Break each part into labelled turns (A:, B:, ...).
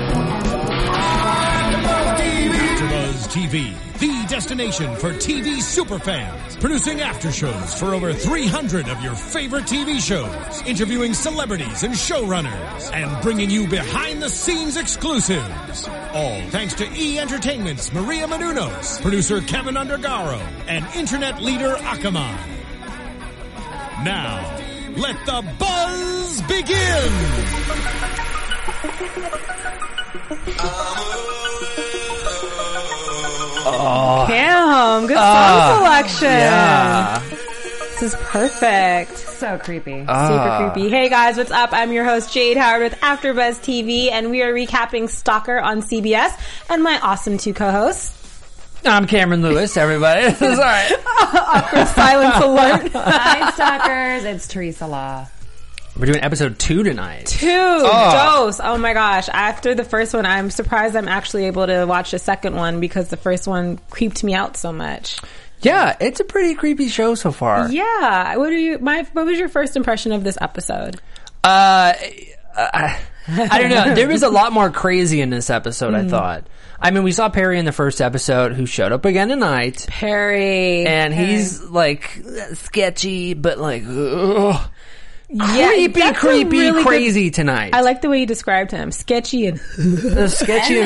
A: AfterBuzz TV, the destination for TV superfans, producing aftershows for over 300 of your favorite TV shows, interviewing celebrities and showrunners, and bringing you behind-the-scenes exclusives. All thanks to E Entertainment's Maria Menounos, producer Kevin Undergaro, and internet leader Akamai. Now, let the buzz begin!
B: Damn, good
C: Ah,
B: song selection.
C: Yeah.
B: This is perfect. So creepy.
C: Ah.
B: Super creepy. Hey guys, what's up? I'm your host Jade Howard with AfterBuzz TV and we are recapping Stalker on CBS and my awesome two co-hosts.
C: I'm Cameron Lewis, everybody. It's all right.
B: Awkward silence alert.
D: Hi, stalkers. It's Teresa Law.
C: We're doing episode two tonight.
B: Two
C: Ah.
B: dose. Oh my gosh. After the first one, I'm surprised I'm actually able to watch the second one because the first one creeped me out so much.
C: Yeah, it's a pretty creepy show so far.
B: Yeah. What are you my what was your first impression of this episode?
C: Uh, I, I don't know. There was a lot more crazy in this episode.
B: Mm.
C: I thought. I mean, we saw Perry in the first episode, who showed up again tonight,
B: Perry.
C: and he's like sketchy, but like ugh,
B: Yeah,
C: creepy,
B: that's a
C: creepy,
B: really good-
C: crazy tonight.
B: I like the way you described him. Sketchy and
C: the sketchy.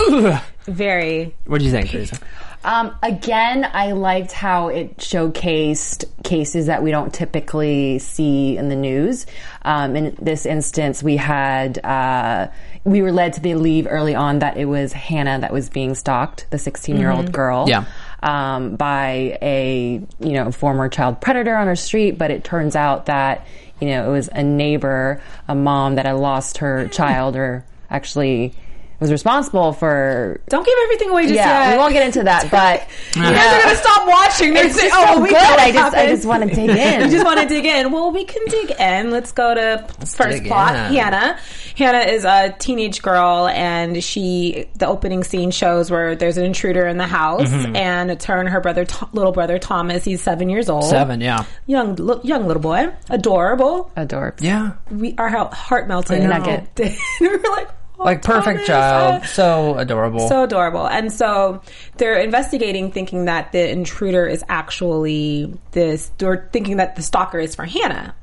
D: Manipulative.
B: very.
C: what do you think, Teresa?
D: um, again, I liked how it showcased cases that we don't typically see in the news. Um, in this instance, we had uh, we were led to believe early on that it was Hannah that was being stalked, the 16 year
B: Mm-hmm.
D: old girl.
C: Yeah.
D: um, by a you know former child predator on her street, but it turns out that you know it was a neighbor, a mom that had lost
B: Mm.
D: her child, or actually was responsible for.
B: Don't give everything away just
D: yeah,
B: yet.
D: we won't get into that, but
B: You guys are gonna stop watching. They're
D: it's
B: saying,
D: just
B: "Oh,
D: so
B: we
D: good.
B: know what
D: I just I
B: happened."
D: just want to dig
B: We
D: in.
B: just want to dig in. Well, we can dig in. Let's go to first
C: dig
B: plot.
C: in.
B: Hannah. Hannah is a teenage girl, and she. The opening scene shows where there's an intruder in the house,
C: Mm-hmm.
B: and it's her and her brother, Th- little brother Thomas. He's seven years old.
C: Seven. Yeah.
B: Young, li- young little boy, adorable.
D: Adorbs.
C: Yeah.
B: We our heart heart melted.
D: I know.
B: we were like, oh,
C: Like
B: Thomas,
C: perfect child.
B: uh,
C: So adorable.
B: so adorable. And so they're investigating, thinking that the intruder is actually this, or thinking that the stalker is for Hannah.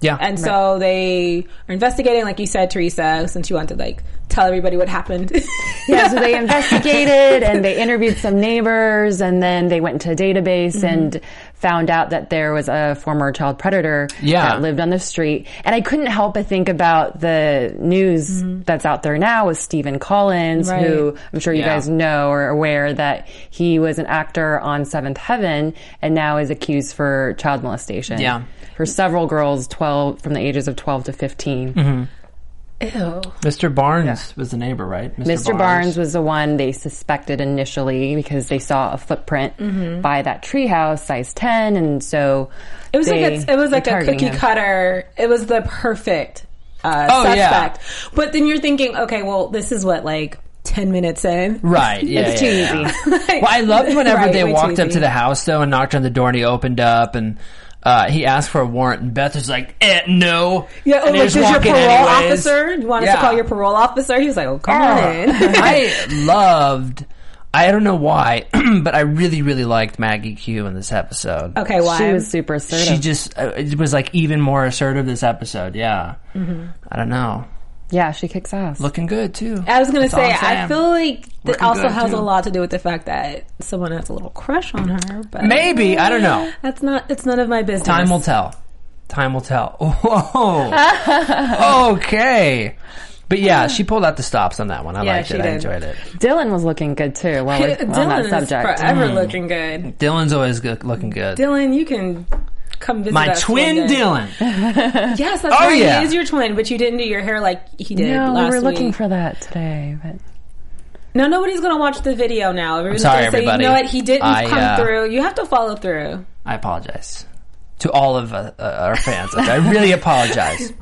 C: yeah.
B: And so they are investigating, like you said, Teresa, since you want to like tell everybody what happened.
D: yeah, so they investigated and they interviewed some neighbors and then they went into a database and found out that there was a former child predator
C: Yeah.
D: that lived on the street. And I couldn't help but think about the news that's out there now with Stephen Collins,
B: Right.
D: who I'm sure you
C: Yeah.
D: guys know or are aware that he was an actor on Seventh Heaven and now is accused for child molestation.
C: Yeah.
D: For several girls, 12, from the ages of 12 to 15.
B: Ew.
C: Mr. Barnes was the neighbor, right?
D: Mr. Barnes. was the one they suspected initially because they saw a footprint by that treehouse, size ten, and so
B: Mm-hmm. It was like a, it was like a cookie cutter. It was the perfect uh,
C: Oh, yeah.
B: suspect. But then you're thinking, okay, well, this is what like ten minutes in.
C: Right. Yeah.
D: It's
C: yeah,
D: too
C: yeah.
D: easy.
B: Like-
C: Well, I loved whenever
B: Right,
C: they
B: way too
C: walked up
B: easy.
C: to the house though and knocked on the door and he opened up and uh, he asked for a warrant and Beth was like, eh, no.
B: Yeah, oh,
C: and
B: like,
C: they
B: this
C: just
B: is your
C: walk in
B: parole
C: anyways.
B: officer? You want us
C: Yeah.
B: to call your parole officer? He was like, oh, come
C: Ah.
B: on in.
C: I loved. I don't know why, but I really, really liked Maggie Q in this episode.
B: okay, why?
D: She was super assertive.
C: She just uh, it was like even more assertive this episode. Yeah.
B: Mm-hmm.
C: I don't know.
D: yeah, she kicks ass.
C: Looking good too.
B: I was going to
C: all
B: say,
C: I'm saying.
B: I feel like that
C: Looking
B: also
C: good,
B: has
C: too.
B: a lot to do with the fact that someone has a little crush on her. But
C: Maybe. I don't know.
B: That's not, it's none of my business.
C: Time will tell. Time will tell. Whoa. okay. But yeah, she pulled out the stops on that one. I
B: Yeah,
C: liked
B: she
C: it. I
B: did.
C: enjoyed it.
D: Dylan was looking good too. While we're on
B: Dylan
D: that
B: is
D: subject, Mm.
B: forever
C: Mm.
B: looking good.
C: Dylan's always good, looking good.
B: Dylan, you can come visit
C: My
B: us
C: twin
B: one day.
C: Dylan.
B: Yes, that's
C: Oh,
B: right.
C: yeah.
B: He is your twin, but you didn't do your hair like he did
D: no,
B: last
D: we were looking
B: week.
D: for that today, but
B: No, nobody's going to watch the video now. Everybody's
C: sorry,
B: gonna say,
C: everybody.
B: you know what? He didn't
C: I,
B: come
C: uh,
B: through. You have to follow through.
C: I apologize to all of uh, uh, our fans. I really apologize.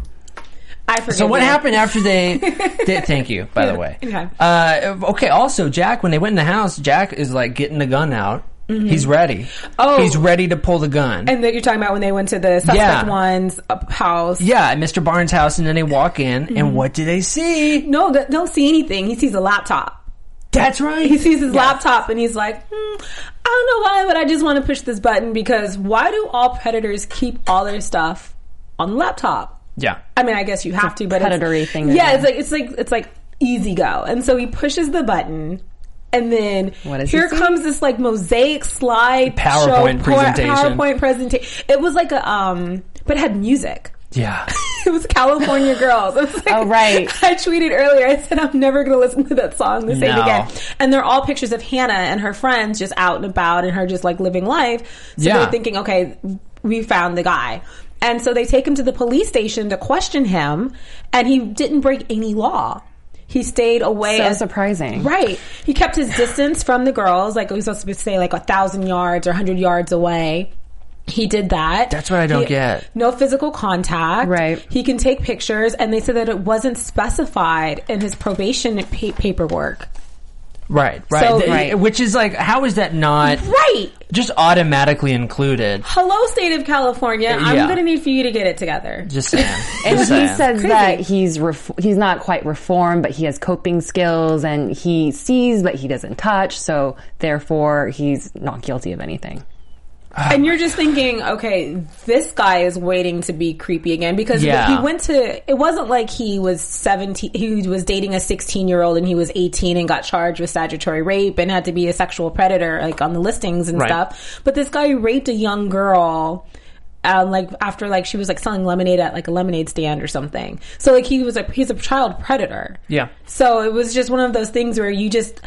B: I forgive
C: So what
B: you.
C: happened after they? they thank you, by the way.
B: Okay.
C: Uh, okay. Also, Jack, when they went in the house, Jack is like getting the gun out. He's ready.
B: Mm-hmm. Oh.
C: he's ready to pull the gun.
B: And that you're talking about when they went to the suspect
C: Yeah.
B: one's uh, house.
C: yeah, at Mr. Barnes' house, and then they walk in,
B: Mm-hmm.
C: and what do they see?
B: No, th- don't see anything. He sees a laptop.
C: That's right.
B: He sees his laptop and he's like, hmm, I don't know why, but I just want to push this button because why do all predators keep all their stuff on the laptop?
C: Yeah.
B: I mean, I guess you have to, but it's-
D: predatory thing to
B: Yeah, it's
D: do.
B: like it's like it's like easy go, and so he pushes the button. And then
D: What does he
B: here
D: see?
B: comes this like mosaic slide show,
C: PowerPoint presentation.
B: PowerPoint presentation. It was like a um, but it had music.
C: Yeah.
B: It was California Girls. It was like-
D: Oh, right.
B: I tweeted earlier. I said I'm never going to listen to that song the same
C: No.
B: again. And they're all pictures of Hannah and her friends just out and about and her just like living life. So
C: Yeah.
B: they're thinking, okay, we found the guy. And so they take him to the police station to question him, and he didn't break any law. He stayed away.
D: So
B: as-
D: surprising.
B: Right. He kept his distance from the girls. Like, he was supposed to say, like, a thousand yards or hundred yards away. He did that.
C: That's what I don't
B: He-
C: get.
B: No physical contact.
D: Right.
B: He can take pictures, and they said that it wasn't specified in his probation pa- paperwork.
C: Right. Right.
B: So-
C: Th-
D: Right.
C: Which is like, how is that not
B: Right.
C: just automatically included?
B: Hello, state of California.
C: Yeah.
B: I'm going to need for you to get it together.
C: Just saying.
D: And
C: Just
D: he
C: saying.
D: says that he's ref- he's not quite reformed, but he has coping skills and he sees, but he doesn't touch. So therefore, he's not guilty of anything.
B: and you're just thinking, okay, this guy is waiting to be creepy again because
C: Yeah.
B: he went to. It wasn't like he was seventeen. He was dating a sixteen year old and he was eighteen and got charged with statutory rape and had to be a sexual predator, like on the listings and
C: Right.
B: stuff. But this guy raped a young girl. Um, like after like she was like selling lemonade at like a lemonade stand or something. So like he was a he's a child predator.
C: Yeah.
B: So it was just one of those things where you just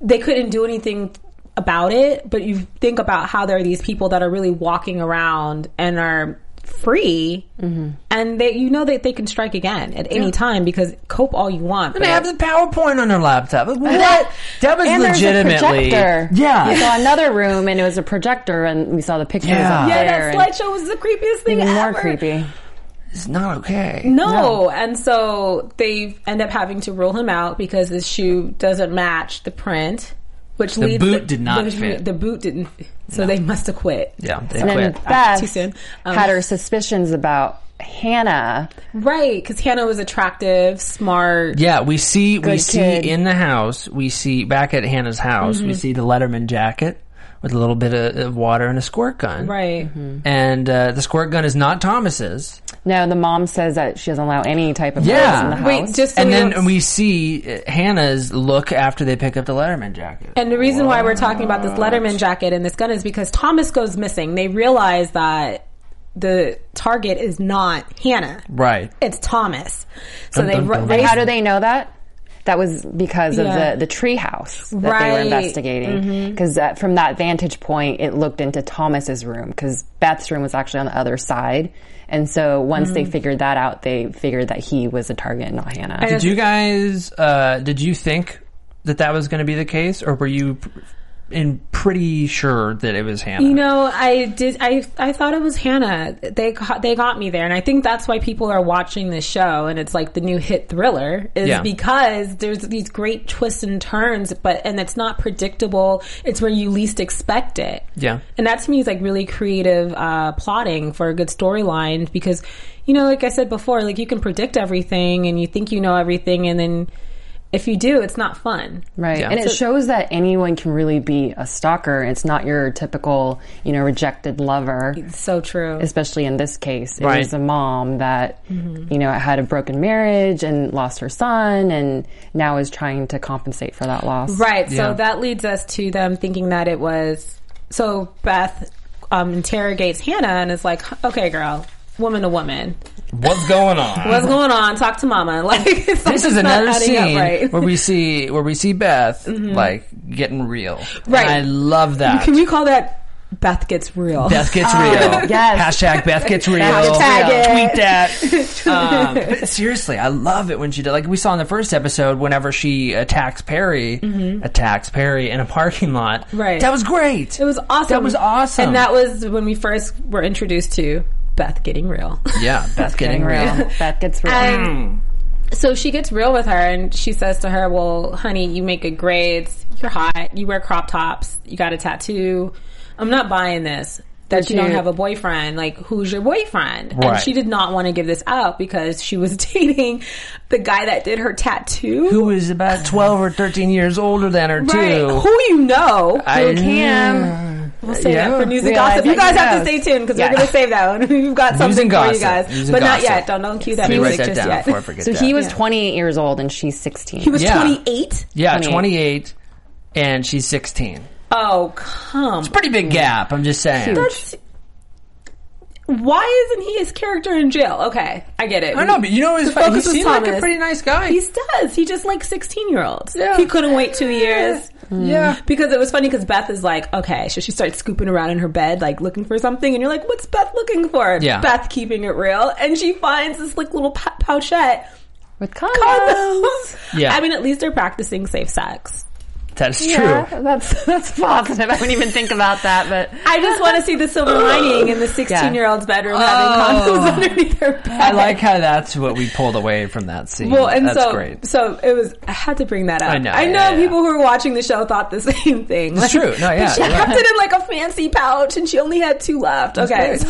B: they couldn't do anything about it, but you think about how there are these people that are really walking around and are free,
D: Mm-hmm.
B: and they you know that they can strike again at any time because cope all you want.
C: And
B: but-
C: they have the PowerPoint on their laptop. Like, What? That was
D: and there's
C: legitimately.
D: a projector.
C: Yeah.
D: We saw another room and it was a projector, and we saw the pictures.
C: Yeah.
D: up
B: yeah,
D: there
B: that slideshow was the creepiest thing
D: and even more
B: ever.
D: creepy.
C: It's not okay.
B: No. and so they end up having to rule him out because his shoe doesn't match the print, which
C: The
B: leads
C: boot did not
B: the,
C: fit.
B: The boot didn't, so they must have quit.
C: Yeah. They
D: And then
C: quit.
D: Beth
B: Too soon. Um,
D: had her suspicions about Hannah.
B: Right, because Hannah was attractive, smart.
C: Yeah, we see we
D: Good
C: see
D: kid. Mm-hmm.
C: in the house. We see back at Hannah's house. We see the Letterman jacket with a little bit of, of water and a squirt gun.
B: Right.
C: And uh, the squirt gun is not Thomas's.
D: No, the mom says that she doesn't allow any type of
C: Yeah.
D: drugs in the house.
B: Wait, just so
C: and
B: we
C: then
B: don't-
C: we see uh, Hannah's look after they pick up the Letterman jacket.
B: And the reason why we're talking about this Letterman jacket and this gun is because Thomas goes missing. They realize that the target is not Hannah.
C: right.
B: It's Thomas. So
C: Dun,
B: they
C: dun,
B: ru-
C: dun.
B: they
D: How do they know that? That was because of
B: Yeah.
D: the the tree house that they were
B: Right. Mm-hmm.
D: investigating. Because that from that vantage point, it looked into Thomas's room because Beth's room was actually on the other side. And so once
B: Mm.
D: they figured that out, they figured that he was a target, not Hannah.
C: Did you guys? Uh, did you think that that was going to be the case, or were you pr- in pretty sure that it was Hannah?
B: You know, I did. I I thought it was Hannah. They got, they got me there, and I think that's why people are watching this show. And it's like the new hit thriller is
C: Yeah.
B: because there's these great twists and turns, but and it's not predictable. It's where you least expect it.
C: Yeah.
B: and that to me is like really creative uh, plotting for a good storyline because you know, like I said before, like you can predict everything and you think you know everything, and then if you do, it's not fun.
D: Right.
C: Yeah.
D: And it shows that anyone can really be a stalker. It's not your typical, you know, rejected lover.
B: So true.
D: Especially in this case, it
C: Right.
D: was a mom that,
B: Mm-hmm.
D: you know, had a broken marriage and lost her son and now is trying to compensate for that loss.
B: Right.
C: Yeah.
B: So that leads us to them thinking that it was. So Beth um, interrogates Hannah and is like, "Okay, girl, woman to woman,
C: What's going on?
B: what's going on? Talk to mama." Like
C: Uh-huh. this is another scene where we see where we see Beth like getting real.
B: Right.
C: And I love that.
B: Can you call that Beth gets real?
C: Beth gets real.
D: yes.
C: Hashtag Beth gets real.
B: Oh, Hashtag it.
C: Tweet that. Um, but seriously, I love it when she did. Like we saw in the first episode, whenever she attacks Perry, attacks Perry in a parking lot.
B: Mm-hmm. Right.
C: That was great.
B: It was awesome.
C: That was awesome.
B: And that was when we first were introduced to Beth getting real.
C: Yeah, Beth
D: Getting real. Beth gets real.
B: And Um,
C: Hmm.
B: so she gets real with her and she says to her, Well, honey, you make good grades. You're hot. You wear crop tops. You got a tattoo. I'm not buying this. That you don't
D: you-
B: have a boyfriend. Like, who's your boyfriend? And
C: Right.
B: she did not want to give this up because she was dating the guy that did her tattoo.
C: Who is about 12 or 13 years older than her,
B: Right.
C: too.
B: Who you know.
C: I-
D: Cam.
B: We'll save
C: Uh, Yeah.
B: that for news and
D: Yeah,
B: gossip.
D: I
B: You guys
D: think
B: have to
D: so.
B: stay tuned because
D: Yeah.
B: we're going to save that one. We've got something
C: and
B: for you
C: gossip.
B: guys,
C: News and
B: but not
C: gossip.
B: yet. Don't don't cue that
C: Let me write
B: music
C: that
B: just
C: down
B: yet.
C: before I forget
D: So
C: that.
D: he was 28 years old and she's 16.
B: He was
C: Yeah.
B: 28.
C: yeah,
D: 28.
C: 28, and she's 16.
B: Oh come!
C: Pretty
D: Mm.
C: big gap, I'm just saying.
B: That's- why isn't he his character in jail? Okay, I get it.
C: I don't know, but you know, it's
B: The
C: funny. he
B: focus was
C: seemed like a
B: Thomas.
C: pretty nice guy.
B: He does. He just likes 16 year olds.
C: Yeah.
B: He couldn't wait two years.
C: yeah.
B: Because it was funny because Beth is like, okay, so she starts scooping around in her bed, like looking for something, and you're like, what's Beth looking for?
C: Yeah.
B: Beth keeping it real, and she finds this like little pou- pouchette
D: with condoms.
B: condoms.
C: Yeah.
B: I mean, at least they're practicing safe sex.
C: That is true.
D: Yeah, that's that's positive. I wouldn't even think about that, but
B: I just want to see the silver lining in the 16 year old's bedroom having
C: Oh.
B: condoms underneath her bed.
C: I like how that's what we pulled away from that scene.
B: Well, and
C: that's
B: so
C: great.
B: so it was. I had to bring that up.
C: I know,
B: I know
C: yeah, yeah,
B: people who were watching the show thought the same thing.
C: It's true. No, yeah,
B: But she
C: you're
B: kept
C: right.
B: it in like a fancy pouch, and she only had two left. okay, it's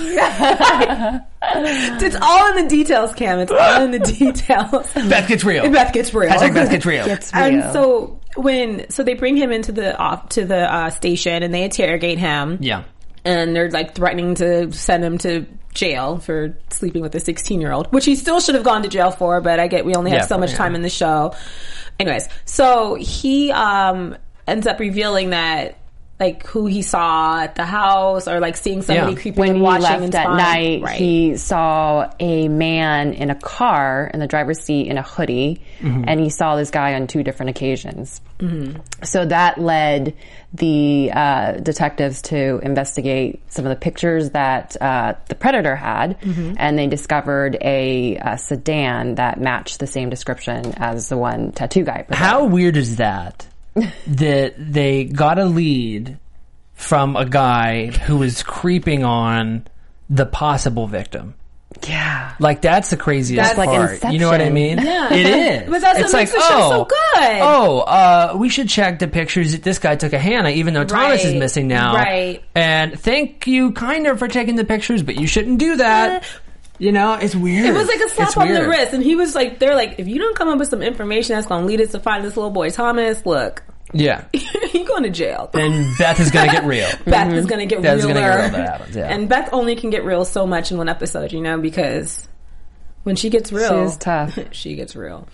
B: all in the details, Cam. It's all in the details.
C: Beth gets real.
B: Beth gets real.
C: Hashtag Beth gets real.
D: it's real.
B: And so when so they bring him into the off to the uh, station and they interrogate him.
C: yeah.
B: And they're like threatening to send him to jail for sleeping with a 16 year old, which he still should have gone to jail for, but I get we only have
C: Yeah,
B: so much
C: yeah.
B: time in the show. Anyways, so he um ends up revealing that like who he saw at the house or like seeing somebody
C: Yeah.
B: creeping
D: when
B: and
D: he
B: watching
D: left
B: and
D: at
B: spying.
D: night,
B: Right.
D: he saw a man in a car in the driver's seat in a hoodie, and he saw this guy on two different occasions. So that led the uh, detectives to investigate some of the pictures that uh, the predator had, and they discovered a, uh sedan that matched the same description as the one tattoo guy. provided.
C: How weird is that? that they got a lead from a guy who was creeping on the possible victim.
D: Yeah.
C: Like that's the craziest
B: That's like
C: part. You know what I
D: Inception.
C: mean? Yeah. It is.
B: But that's what
C: it's
B: makes
C: like,
B: the show
C: oh,
B: so good.
C: Oh, uh, we should check the pictures that this guy took of Hannah, even though Thomas is
B: Right.
C: missing now.
B: Right.
C: And thank you, kind of, for taking the pictures, but you shouldn't do that. You know, it's weird.
B: Uh, It was like a slap
C: It's
B: on the
C: weird.
B: wrist, and he was like, "They're like, if you don't come up with some information that's going to lead us to find this little boy Thomas, look,
C: Yeah.
B: you're going to jail."
C: And Beth is gonna get real.
B: Beth is going to get
C: Beth's
B: realer,
C: gonna get real, that happens, yeah.
B: and Beth only can get real so much in one episode, you know, because when she gets real,
D: She is tough.
B: she gets real,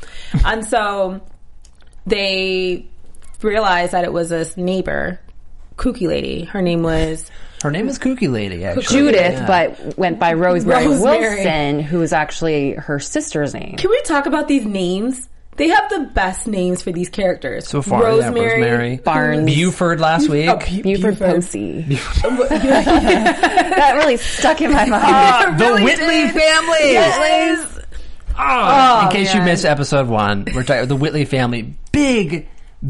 B: and so they realized that it was this neighbor, kooky lady. Her name was
C: Her name is Kooky Lady, actually.
D: Judith,
C: Yeah.
D: but went by Rosemary,
B: Rosemary.
D: Wilson, who is actually her sister's name.
B: Can we talk about these names? They have the best names for these characters.
C: so far, yeah, Rosemary
D: Barnes.
C: Buford last week.
B: Oh, Bu- Buford.
D: Buford Posey. that really stuck in my mind.
C: Uh, the Whitley family.
B: Yes.
C: Oh, in case you missed episode one, we're talking the Whitley family. Big,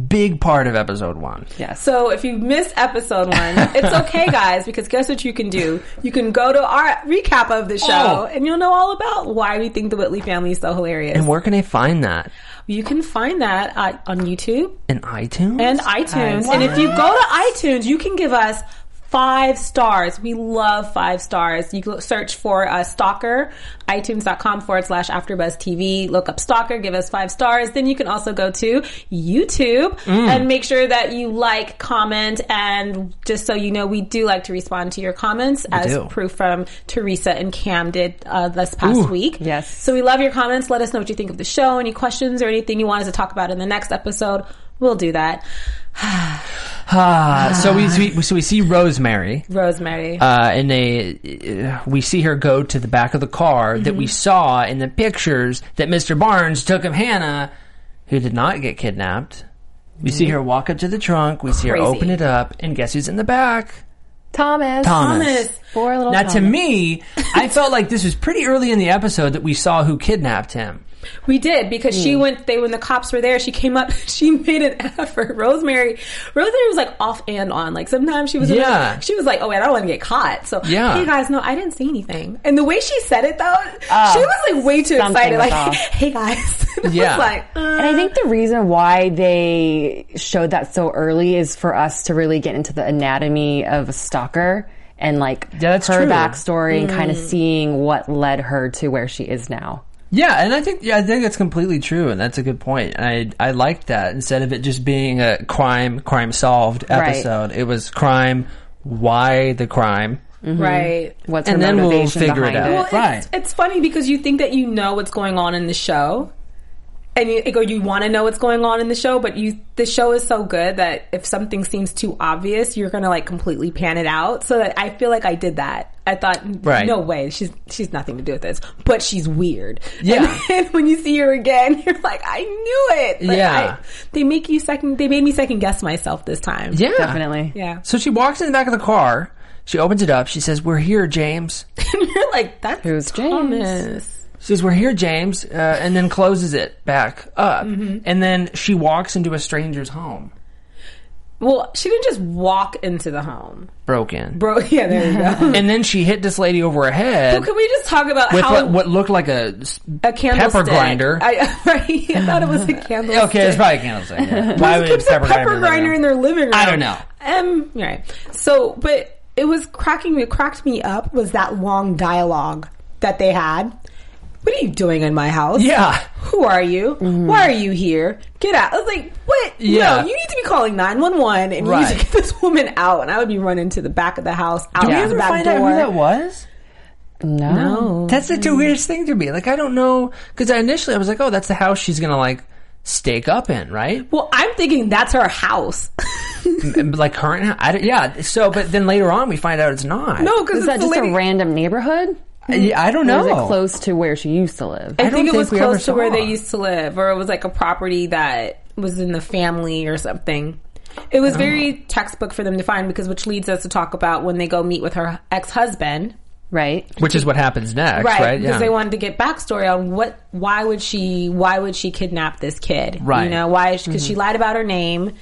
C: big part of episode one.
D: yes.
B: So if you missed episode one, it's okay, guys, because guess what you can do? You can go to our recap of the show,
C: Oh.
B: and you'll know all about why we think the Whitley family is so hilarious.
C: And where can I find that?
B: you can find that uh, on YouTube
C: In iTunes?
B: and iTunes. And if you go to iTunes, you can give us five stars. We love five stars. You can search for uh, Stalker, iTunes.com forward slash AfterBuzz TV. Look up Stalker, give us five stars. Then you can also go to YouTube and make sure that you like, comment, and just so you know, we do like to respond to your comments as
C: do.
B: proof from Teresa and Cam did uh, this past week.
D: Yes.
B: So we love your comments. Let us know what you think of the show, any questions or anything you want us to talk about in the next episode. We'll do that.
C: ah, so we we- so we see Rosemary,
B: Rosemary.
C: uh, and they uh, we see her go to the back of the car that we saw in the pictures that Mr. Barnes took of Hannah, who did not get kidnapped. We see her walk up to the trunk. We see her
B: Crazy.
C: open it up, and guess who's in the back?
D: Thomas.
C: Thomas.
D: Poor little
C: Now,
D: Thomas.
C: to me, I felt like this was pretty early in the episode that we saw who kidnapped him.
B: We did because she
C: hmm.
B: went. They when the cops were there, she came up. She made an effort. Rosemary, Rosemary was like off and on. Like sometimes she was,
C: Yeah.
B: she was like, "Oh, wait, I don't want to get caught." So
C: Yeah.
B: hey guys, no, I didn't say anything. And the way she said it though,
D: Oh,
C: Ah,
B: she was like way too
D: something
B: excited.
D: was
B: Like,
D: off.
B: hey guys, And I was
C: Yeah. Mm-hmm.
B: like, uh,
D: And I think the reason why they showed that so early is for us to really get into the anatomy of a stalker and like
C: Yeah, that's
D: her
C: true.
D: backstory and kind of seeing what led her to where she is now.
C: Yeah, and I think yeah, I think that's completely true, and that's a good point. I I liked that instead of it just being a crime crime solved
D: Right.
C: episode, it was crime. Why the crime?
D: Mm-hmm.
B: right.
D: What's
C: And
D: her
C: then we'll
D: motivation
C: figure it
D: behind
C: out.
D: it?
B: Well,
C: Right.
B: it's, it's funny because you think that you know what's going on in the show, and you, or you want to know what's going on in the show, but you the show is so good that if something seems too obvious, you're gonna like completely pan it out. So that I feel like I did that. I thought,
C: Right.
B: no way, she's she's nothing to do with this, but she's weird.
C: Yeah.
B: And then when you see her again, you're like, I knew it. Like,
C: Yeah.
B: I- they make you second. They made me second guess myself this time.
C: Yeah,
D: Definitely.
B: Yeah.
C: So she walks in the back of the car. She opens it up. She says, "We're here, James."
B: And you're like, that's
D: Who's James?
B: Thomas.
C: She says, "We're here, James," uh, and then closes it back up.
D: Mm-hmm.
C: And then she walks into a stranger's home,
B: Well, she didn't just walk into the home.
C: broken.
B: Bro, yeah, there you go.
C: and then she hit this lady over her head
B: Well, can we just talk about
C: with
B: how
C: what, what looked like a s-
B: a candlestick?
C: pepper grinder.
B: I, right, I thought it was a candlestick.
C: okay, it's probably a candlestick. Yeah. Why
B: Who
C: would
B: keeps a pepper, grinder, in
C: in
B: their living room?
C: I don't know.
B: Um, you're right. So, but it was cracking me. Cracked me up was that long dialogue that they had. What are you doing in my house?
C: Yeah. Mm-hmm.
B: Who are you? Why are you here? Get out. I was like, what?
C: Yeah.
B: No, you need to be calling 911 and you
C: Right.
B: need to get this woman out. And I would be running to the back of the house, out
C: Did we
B: to the
C: ever
B: back
C: find
B: door.
C: out who that was?
D: No.
B: No.
C: That's the two weirdest thing to me. Like, I don't know. Because I initially, I was like, oh, that's the house she's going to, like, stake up in, right?
B: Well, I'm thinking that's her house.
C: M- like, current house. I don't- yeah. So, but then later on, we find out it's not.
B: No, because
D: Is that just a random neighborhood?
C: I, I don't know.
D: Or is it close to where she used to live?
B: I
C: I don't
B: think it was
C: think we ever
B: close to where
C: saw.
B: they used to live, or it was like a property that was in the family or something. It
C: Oh.
B: was very textbook for them to find because, which leads us to talk about when they go meet with her ex husband,
D: Right.
C: Which is what happens next, right?
B: right? Because
C: Yeah.
B: they wanted to get backstory on what, why would she, why would she kidnap this kid?
C: Right. Mm-hmm.
B: You know why? Because she lied about her name.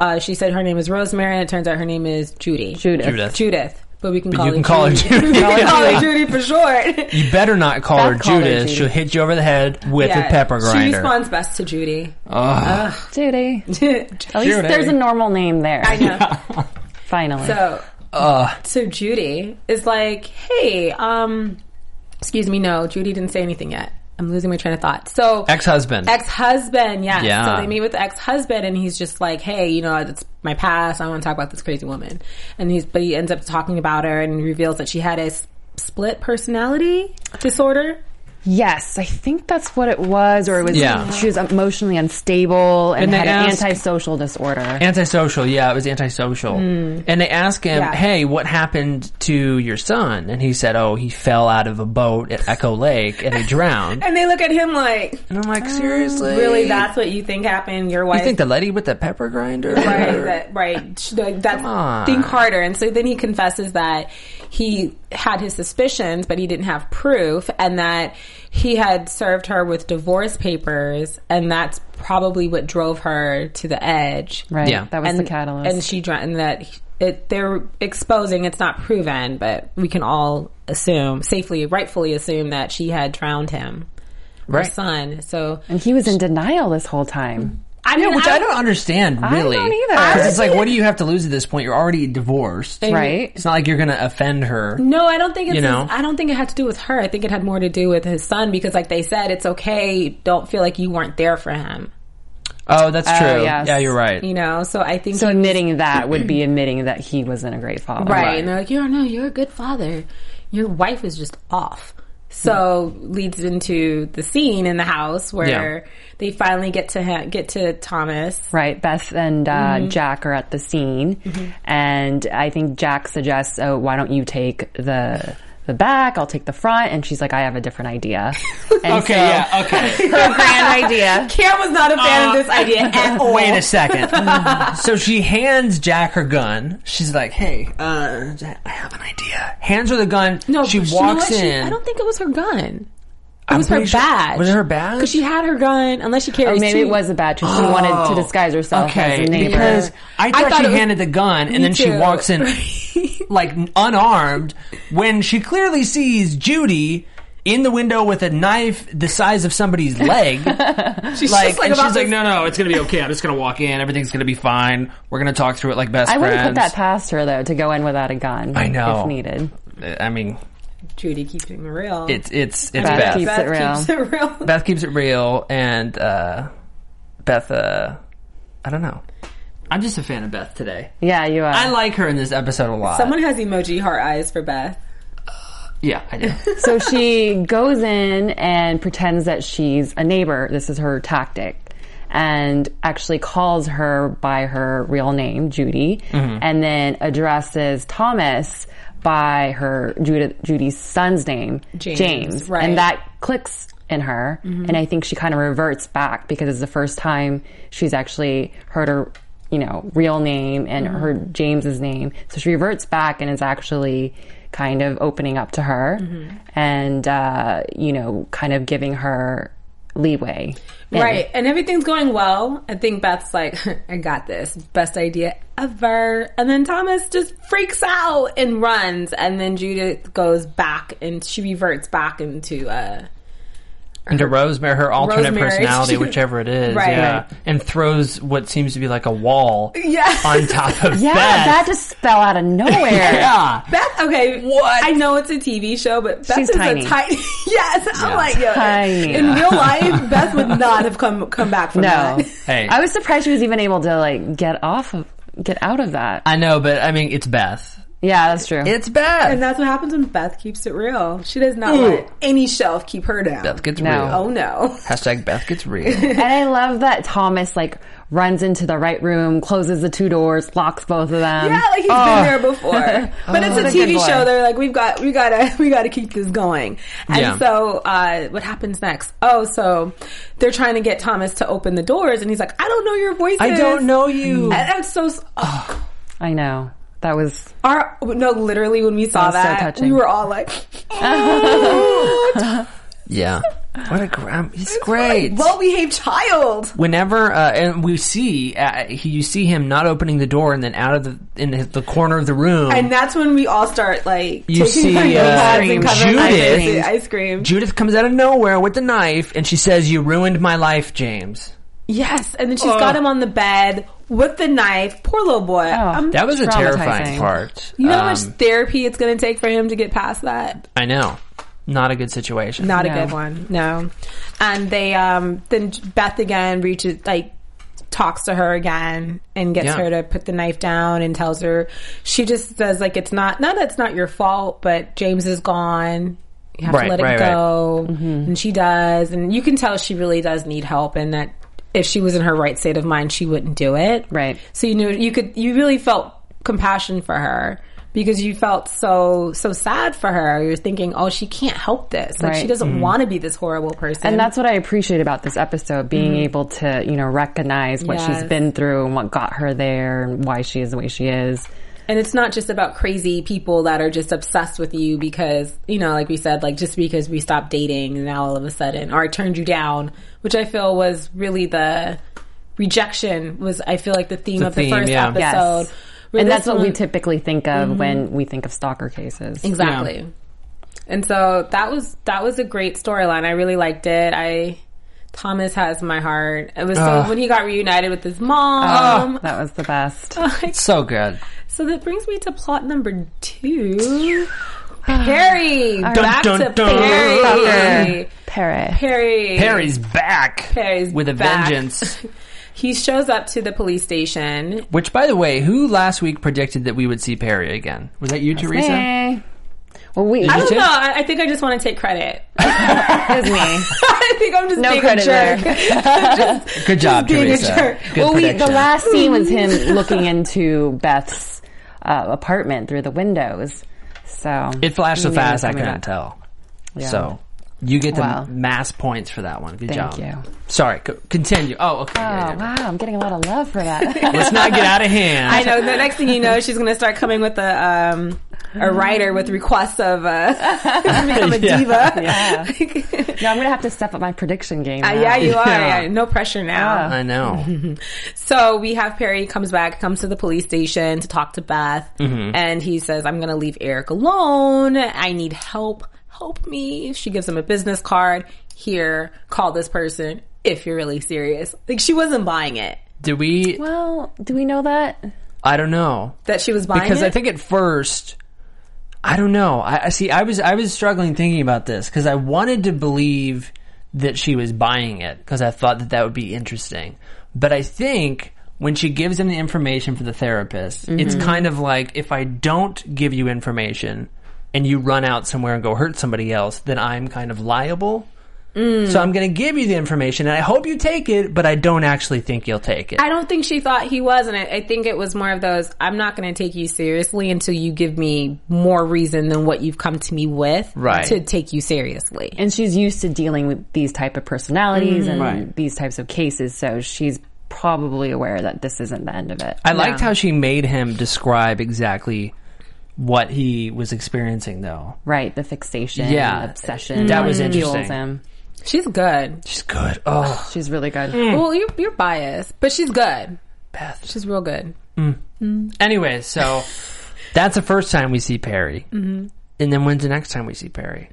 B: Uh, she said her name is Rosemary, and it turns out her name is Judy.
D: Judith.
C: Judith.
B: Judith, but we can call
C: you
B: her
C: can call her
B: Judy.
C: Judy.
B: We can call her Judy for short.
C: You better not call
D: Don't
C: her
D: call her
C: Judith.
D: Judy.
C: She'll hit you over the head with a pepper
B: She
C: grinder. Oh.
B: responds best to Judy.
D: Judy. At least
C: Judy.
D: there's a normal name there.
B: I know.
D: Finally.
B: So, so Judy is like, hey, um, excuse me, no, Judy didn't say anything yet. I'm losing my train of thought. So
C: Ex-husband.
B: ex-husband, yes.
C: Yeah.
B: So they meet with the ex-husband, and he's just like, hey, you know, it's my past. I want to talk about this crazy woman. And he's, but he ends up talking about her and reveals that she had a s- split personality disorder.
D: Yes, I think that's what it was, or it was
C: Yeah.
D: she was emotionally unstable and,
C: And they
D: had
C: ask-
D: an antisocial disorder.
C: Antisocial, yeah, it was antisocial. And they ask him,
B: Yeah.
C: "Hey, what happened to your son?" And he said, "Oh, he fell out of a boat at Echo Lake and he drowned."
B: And they look at him like,
C: and I'm like, "Seriously?
B: really, that's what you think happened? Your wife
C: You think the lady with the pepper grinder?"
B: right, that, right. Sh- like, That's
C: on.
B: think harder. And so then he confesses that he had his suspicions, but he didn't have proof, and that he had served her with divorce papers, and that's probably what drove her to the edge.
D: Right.
C: Yeah.
D: That was
B: and,
D: the catalyst.
B: And she dr- and that he- it, they're exposing. It's not proven, but we can all assume safely, rightfully assume that she had drowned him. Her
C: Right.
B: son. So
D: and he was in denial this whole time.
B: I
C: Yeah,
B: mean,
C: which I, don't understand really.
D: don't either.
C: Because it's like, what do you have to lose at this point? You're already divorced.
D: Right.
C: It's not like you're going to offend her.
B: No, I don't think it's.
C: You know?
B: his- I don't think it had to do with her. I think it had more to do with his son because, like they said, it's okay. Don't feel like you weren't there for him.
C: Oh, that's true.
D: yes.
C: Yeah, you're right.
B: You know. So I think
D: So
B: he-
D: admitting that would be admitting that he wasn't a great father.
B: right. And they're like, you don't know. You're a good father. Your wife is just off. So leads into the scene in the house where they finally get to ha- get to Thomas.
D: Right. Beth and uh, Jack are at the scene, and I think Jack suggests, "Oh, why don't you take the the back? I'll take the front." And she's like, "I have a different idea." And
C: Okay,
D: so-
C: yeah, okay.
D: Her grand idea.
B: Cam was not a fan of this idea at all.
C: Uh, Wait a second. so she hands Jack her gun. She's like, "Hey, uh, Jack, I have an idea." Hands her the gun.
B: No,
C: she
B: but you know
C: walks
B: what? She-
C: in.
B: I don't think it was her gun. It was her
C: pretty sure-
B: badge.
C: was it her badge?
B: Because she had her gun, unless she carries
D: Or maybe it
B: two.
D: was a badge. 'cause She wanted to disguise herself as
C: Oh, Okay,
D: a neighbor.
C: because I thought,
B: thought
C: she
B: it was-
C: handed the gun and
B: Me
C: then she
B: too.
C: walks in like unarmed when she clearly sees Judy in the window with a knife the size of somebody's leg.
B: She's
C: like,
B: just like
C: and
B: about
C: she's like,
B: to-
C: no, no, it's gonna be okay. I'm just gonna walk in. Everything's gonna be fine. We're gonna talk through it like best
D: I wouldn't
C: friends.
D: put that past her though to go in without a gun.
C: I know.
D: if needed.
C: I mean,
B: Judy keeping it real.
C: it's it's it's
D: Beth
C: Beth.
D: keeps
C: Beth,
D: it real.
B: keeps it real.
C: keeps it real, and uh, Beth. Uh, I don't know. I'm just a fan of Beth today.
D: Yeah, you are.
C: I like her in this episode a lot.
B: Someone has emoji heart eyes for Beth.
C: yeah, I do.
D: so she goes in and pretends that she's a neighbor. This is her tactic. And actually calls her by her real name, Judy,
C: Mm-hmm.
D: and then addresses Thomas by her Judy, Judy's son's name,
B: James,
D: James.
B: right.
D: And that clicks in her. And I think she kind of reverts back because it's the first time she's actually heard her, you know, real name and heard James's name. So she reverts back and is actually kind of opening up to her and, uh, you know, kind of giving her leeway. And-
B: Right. And everything's going well. I think Beth's like, I got this. Best idea ever. And then Thomas just freaks out and runs. And then Judith goes back and she reverts back into, uh,
C: into Rosemary, her alternate
B: Rosemary.
C: personality, whichever it is,
B: Right.
C: yeah,
B: Right.
C: and throws what seems to be like a wall
B: Yeah.
C: on top of
D: Yeah,
C: Beth.
D: that just fell out of nowhere.
C: yeah,
B: Beth, okay.
C: What?
B: I know it's a TV show, but Beth
D: She's
B: is
D: tiny.
B: a tiny. yes. I'm like, yo.
D: Tiny.
B: In real life, Beth would not have come come back from
D: No.
B: that.
C: Hey.
D: I was surprised she was even able to like get off of get out of that.
C: I know, but I mean, it's Beth.
D: Yeah, that's true.
C: It's Beth.
B: And that's what happens when Beth keeps it real. She does not let any shelf keep her down.
C: Beth gets
D: No.
C: real.
B: oh no.
C: Hashtag Beth gets real.
D: And I love that Thomas like runs into the right room, closes the two doors, locks both of them.
B: Yeah, like he's
C: Ah.
B: been there
C: Oh,
B: before. But
D: What a
B: it's a
D: good
B: TV
D: boy.
B: show. They're like, we've got, we gotta, we gotta keep this going. And
C: Yeah.
B: so, uh, what happens next? Oh, so they're trying to get Thomas to open the doors, and he's like, I don't know your voices.
C: I don't know you.
B: And I'm so. s- Oh,
D: I know. That was
B: our no, literally when we saw
D: was so
B: that,
D: touching.
B: we were all like,
C: yeah, what a gram. He's great.
B: "Well behaved child."
C: Whenever uh, and we see uh, he, you see him not opening the door and then out of the in his, the corner of the room.
B: And that's when we all start like
C: You
B: taking
C: see,
B: our
C: uh,
B: pads and covering our
C: Judith-
B: faces. ice cream.
C: Judith comes out of nowhere with the knife and she says, "You ruined my life, James."
B: Yes, and then she's
C: Oh.
B: got him on the bed with the knife. Poor little boy. I'm-
C: That was a terrifying
D: Traumatizing.
C: part.
B: you know how
C: Um,
B: much therapy it's going to take for him to get past that.
C: I know. Not a good situation.
B: Not a
D: No.
B: good one. No. And they um then Beth again reaches like talks to her again and gets
C: Yeah.
B: her to put the knife down and tells her she just says like it's not not that it's not your fault, but James is gone. You have
C: Right,
B: to let it
C: right, right.
B: go.
D: Mm-hmm.
B: And she does. And you can tell she really does need help and that if she was in her right state of mind, she wouldn't do it.
D: Right.
B: So you knew you could you really felt compassion for her because you felt so so sad for her. You're thinking, oh, she can't help this. Like she
D: Right.
B: doesn't want to be this horrible person.
D: Mm-hmm. and that's what I appreciate about this episode, being able to, you know, recognize what
B: Mm-hmm. Yes.
D: she's been through and what got her there and why she is the way she is.
B: and it's not just about crazy people that are just obsessed with you because you know, like we said, like just because we stopped dating and now all of a sudden, or I turned you down, which I feel was really the rejection was I feel like the theme
C: The
B: of
C: theme,
B: the first
C: yeah.
B: episode.
D: Yes.
B: Where
D: and
B: this
D: that's what we
B: one- Mm-hmm.
D: typically think of when we think of stalker cases.
B: Exactly. And so that was that was a great storyline. I really liked it. I Thomas has my heart. It was so when he got reunited with his mom.
D: That was the best.
C: So good.
B: so that brings me to plot number two. Perry, back
C: dun,
B: to
C: dun.
B: Perry.
D: Parrot.
B: Perry.
C: Harry's back.
B: Perry's
C: with a
B: back.
C: vengeance.
B: He shows up to the police station.
C: Which, by the way, who last week predicted that we would see Perry again? Was that you, Teresa?
D: Hey. Well, we.
B: I
D: It
B: don't know. Oh, I, I think I just want to take credit.
D: was me.
B: I think I'm just
D: No
B: being
D: credit
B: a
D: there.
B: jerk.
C: Good job,
B: being a
C: Teresa.
B: jerk.
C: Good
D: well, we, the
C: prediction.
D: last scene was him looking into Beth's uh, apartment through the windows. So
C: It flashed so
D: We knew it was
C: fast I
D: coming
C: couldn't
D: up.
C: tell.
D: Yeah.
C: So you get the
D: Wow.
C: mass points for that one. Good
D: Thank
C: job.
D: you.
C: Sorry. Co- continue. Oh, okay.
D: Oh
C: Yeah, yeah, yeah.
D: wow, I'm getting a lot of love for that.
C: Let's not get out of hand.
B: I know. The next thing you know, she's going to start coming with the um, a writer with requests of uh, to become a
C: Yeah.
B: diva.
D: Yeah.
B: Uh,
D: No, I'm gonna have to step up my prediction game. now.
B: yeah, you are.
C: Yeah.
B: Yeah, No pressure now.
C: I know.
B: So we have Perry comes back, comes to the police station to talk to Beth,
C: Mm-hmm.
B: and he says, "I'm going to leave Eric alone. I need help. Help me." She gives him a business card. Here, call this person if you're really serious. Like she wasn't buying it.
C: Do we?
D: Well, do we know that?
C: I don't know.
B: That she was buying
C: because
B: it?
C: I think at first, I don't know. I, I see. I was I was struggling thinking about this because I wanted to believe that she was buying it because I thought that that would be interesting. But I think when she gives him the information for the therapist, it's
B: Mm-hmm.
C: kind of like if I don't give you information and you run out somewhere and go hurt somebody else, then I'm kind of liable.
B: Mm.
C: So I'm going to give you the information and I hope you take it, but I don't actually think you'll take it.
B: I don't think she thought he was, and I, I think it was more of those. I'm not going to take you seriously until you give me more reason than what you've come to me with
C: Right.
B: to take you seriously.
D: And she's used to dealing with these type of personalities and
C: Right.
D: these types of cases, so she's probably aware that this isn't the end of it.
C: I liked how she made him describe exactly what he was experiencing, though.
D: right, the fixation,
C: Yeah.
D: the obsession.
C: That was
D: like, fuels
C: interesting.
D: Him.
B: She's good.
C: She's good. Oh,
D: She's really good.
B: Well, you're, you're biased, but she's good.
C: Beth.
B: She's real good.
C: Anyway, so that's the first time we see Perry. Mm-hmm. And then when's the next time we see Perry?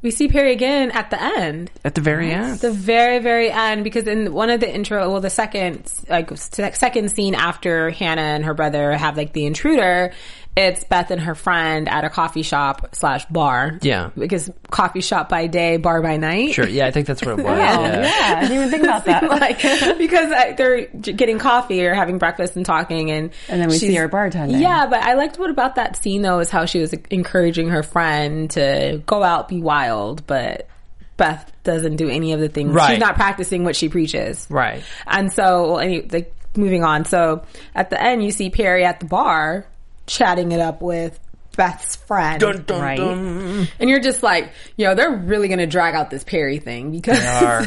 B: We see Perry again at the end,
C: At the very end.
B: the very, very end, because in one of the intro, well, the second, like se- second scene after Hannah and her brother have like the intruder, it's Beth and her friend at a coffee shop slash bar.
C: Yeah.
B: because coffee shop by day, bar by night.
C: Sure. Yeah, I think that's what it was.
D: Oh,
C: yeah.
D: yeah, I didn't even think about that.
B: like because uh, they're j- getting coffee or having breakfast and talking and
D: And then we
B: she's-
D: see her bartending.
B: yeah but i liked what about that scene though is how she was encouraging her friend to go out be wild but beth doesn't do any of the things
C: Right.
B: she's not practicing what she preaches
C: Right.
B: and so well, any like moving on so at the end you see perry at the bar chatting it up with Beth's friend,
D: Right.
B: and you're just like, you know, they're really gonna drag out this Perry thing because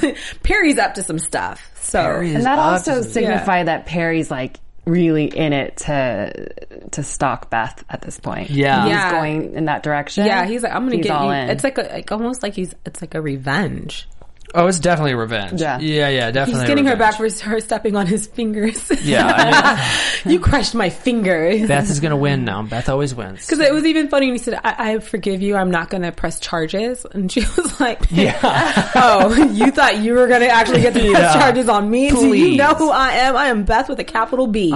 C: They
B: Perry's up to some stuff. So
C: Perry is
D: And that
C: up
D: also
C: to some-
D: signified that Perry's like really in it to to stalk Beth at this point.
C: Yeah.
D: he's
B: Yeah.
D: going in that direction.
B: Yeah, he's like, I'm gonna
D: He's
B: get
D: all
B: you.
D: in.
B: It's like, a, like almost like he's. It's like a revenge.
C: Oh, it's definitely revenge.
D: Yeah.
C: Yeah, yeah, definitely.
B: He's getting her
C: revenge.
B: back for her stepping on his fingers.
C: Yeah,
B: you crushed my fingers.
C: Beth is going to win now. Beth always wins.
B: Because it was even funny when he said, I, "I forgive you. I'm not gonna press charges," and she was like, "Oh, you thought you were gonna actually get to press
C: Yeah.
B: charges on me? Do you
C: Please. Uh,
B: know who I am? I am Beth with a capital B."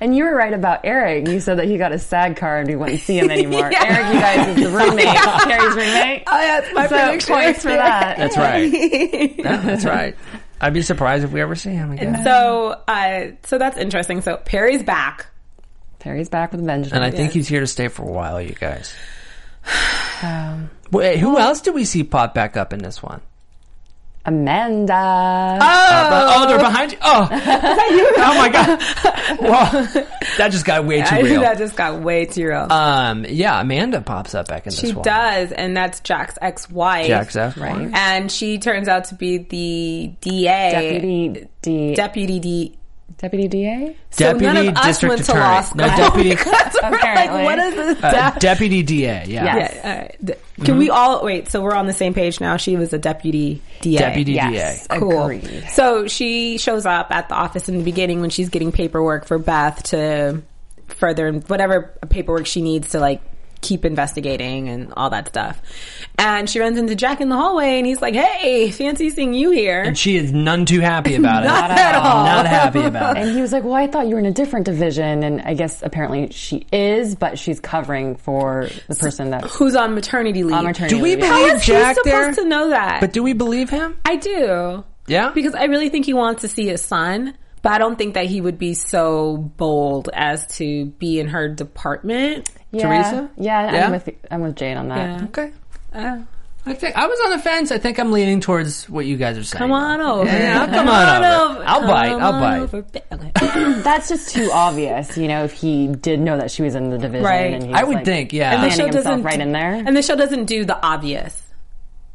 D: and you were right about Eric. You said that he got a SAG card and we wouldn't see him anymore.
B: Yeah.
D: Eric, you guys is the roommate, Perry's roommate.
B: Oh, yeah, that's my
D: so
B: prediction.
D: points for that.
C: That's right. Yeah, that's right. I'd be surprised if we ever see him again.
B: so, uh, so that's interesting. So Perry's back.
D: Perry's back with a vengeance.
C: And I think he's here to stay for a while, you guys.
B: Um,
C: Wait, who else do we see pop back up in this one?
D: Amanda.
C: Uh, oh, they're behind you. Oh, oh my god! Well, that just got way too
B: I think
C: real.
B: that just got way too real.
C: Um, yeah, Amanda pops up back in
B: She
C: this one.
B: does, and that's Jack's ex-wife.
C: Jack's F. Right.
B: and she turns out to be the DA,
D: Deputy D.
B: deputy D.
D: Deputy DA?
B: So
C: Deputy
B: none of us
C: District
B: went to
C: Attorney.
B: law school.
C: No, deputy-
B: That's right.
D: Apparently.
B: What is this?
C: Uh, Deputy Mm-hmm. DA. Yeah.
D: Yeah.
B: Yeah, all right. D- Can we all wait? So we're on the same page now. She was a deputy DA.
C: Deputy
D: Yes.
C: DA.
B: Cool.
D: Agreed.
B: So she shows up at the office in the beginning when she's getting paperwork for Beth to further whatever paperwork she needs to like keep investigating and all that stuff. And she runs into Jack in the hallway and he's like, "Hey, fancy seeing you here."
C: And she is none too happy about
B: Not
C: it.
B: at all.
C: Not happy about it.
D: And he was like, "Well, I thought you were in a different division." And I guess apparently she is, but she's covering for the person that
B: Who's on maternity leave?
D: on maternity
C: Do we
D: leave.
B: How
C: believe
B: is he
C: Jack
B: supposed
C: there?
B: to know that?
C: But do we believe him?
B: I do.
C: Yeah?
B: Because I really think he wants to see his son, but I don't think that he would be so bold as to be in her department.
D: yeah.
C: Teresa?
D: Yeah,
C: Yeah?
D: I'm with I'm with Jane on that.
B: Yeah.
C: Okay.
B: Uh,
C: I think I was on the fence. I think I'm leaning towards what you guys are saying.
B: Come on over.
C: Yeah, come on over. I'll bite,
B: Come
C: I'll
B: on
C: bite.
B: over, ba- Okay.
D: That's just too obvious, you know. If he did know that she was in the division,
B: Right.
D: And he
C: I
D: was,
C: would
D: like,
C: think, yeah.
D: planning
B: the show
D: himself
B: doesn't
D: right in there.
B: And the show doesn't do the obvious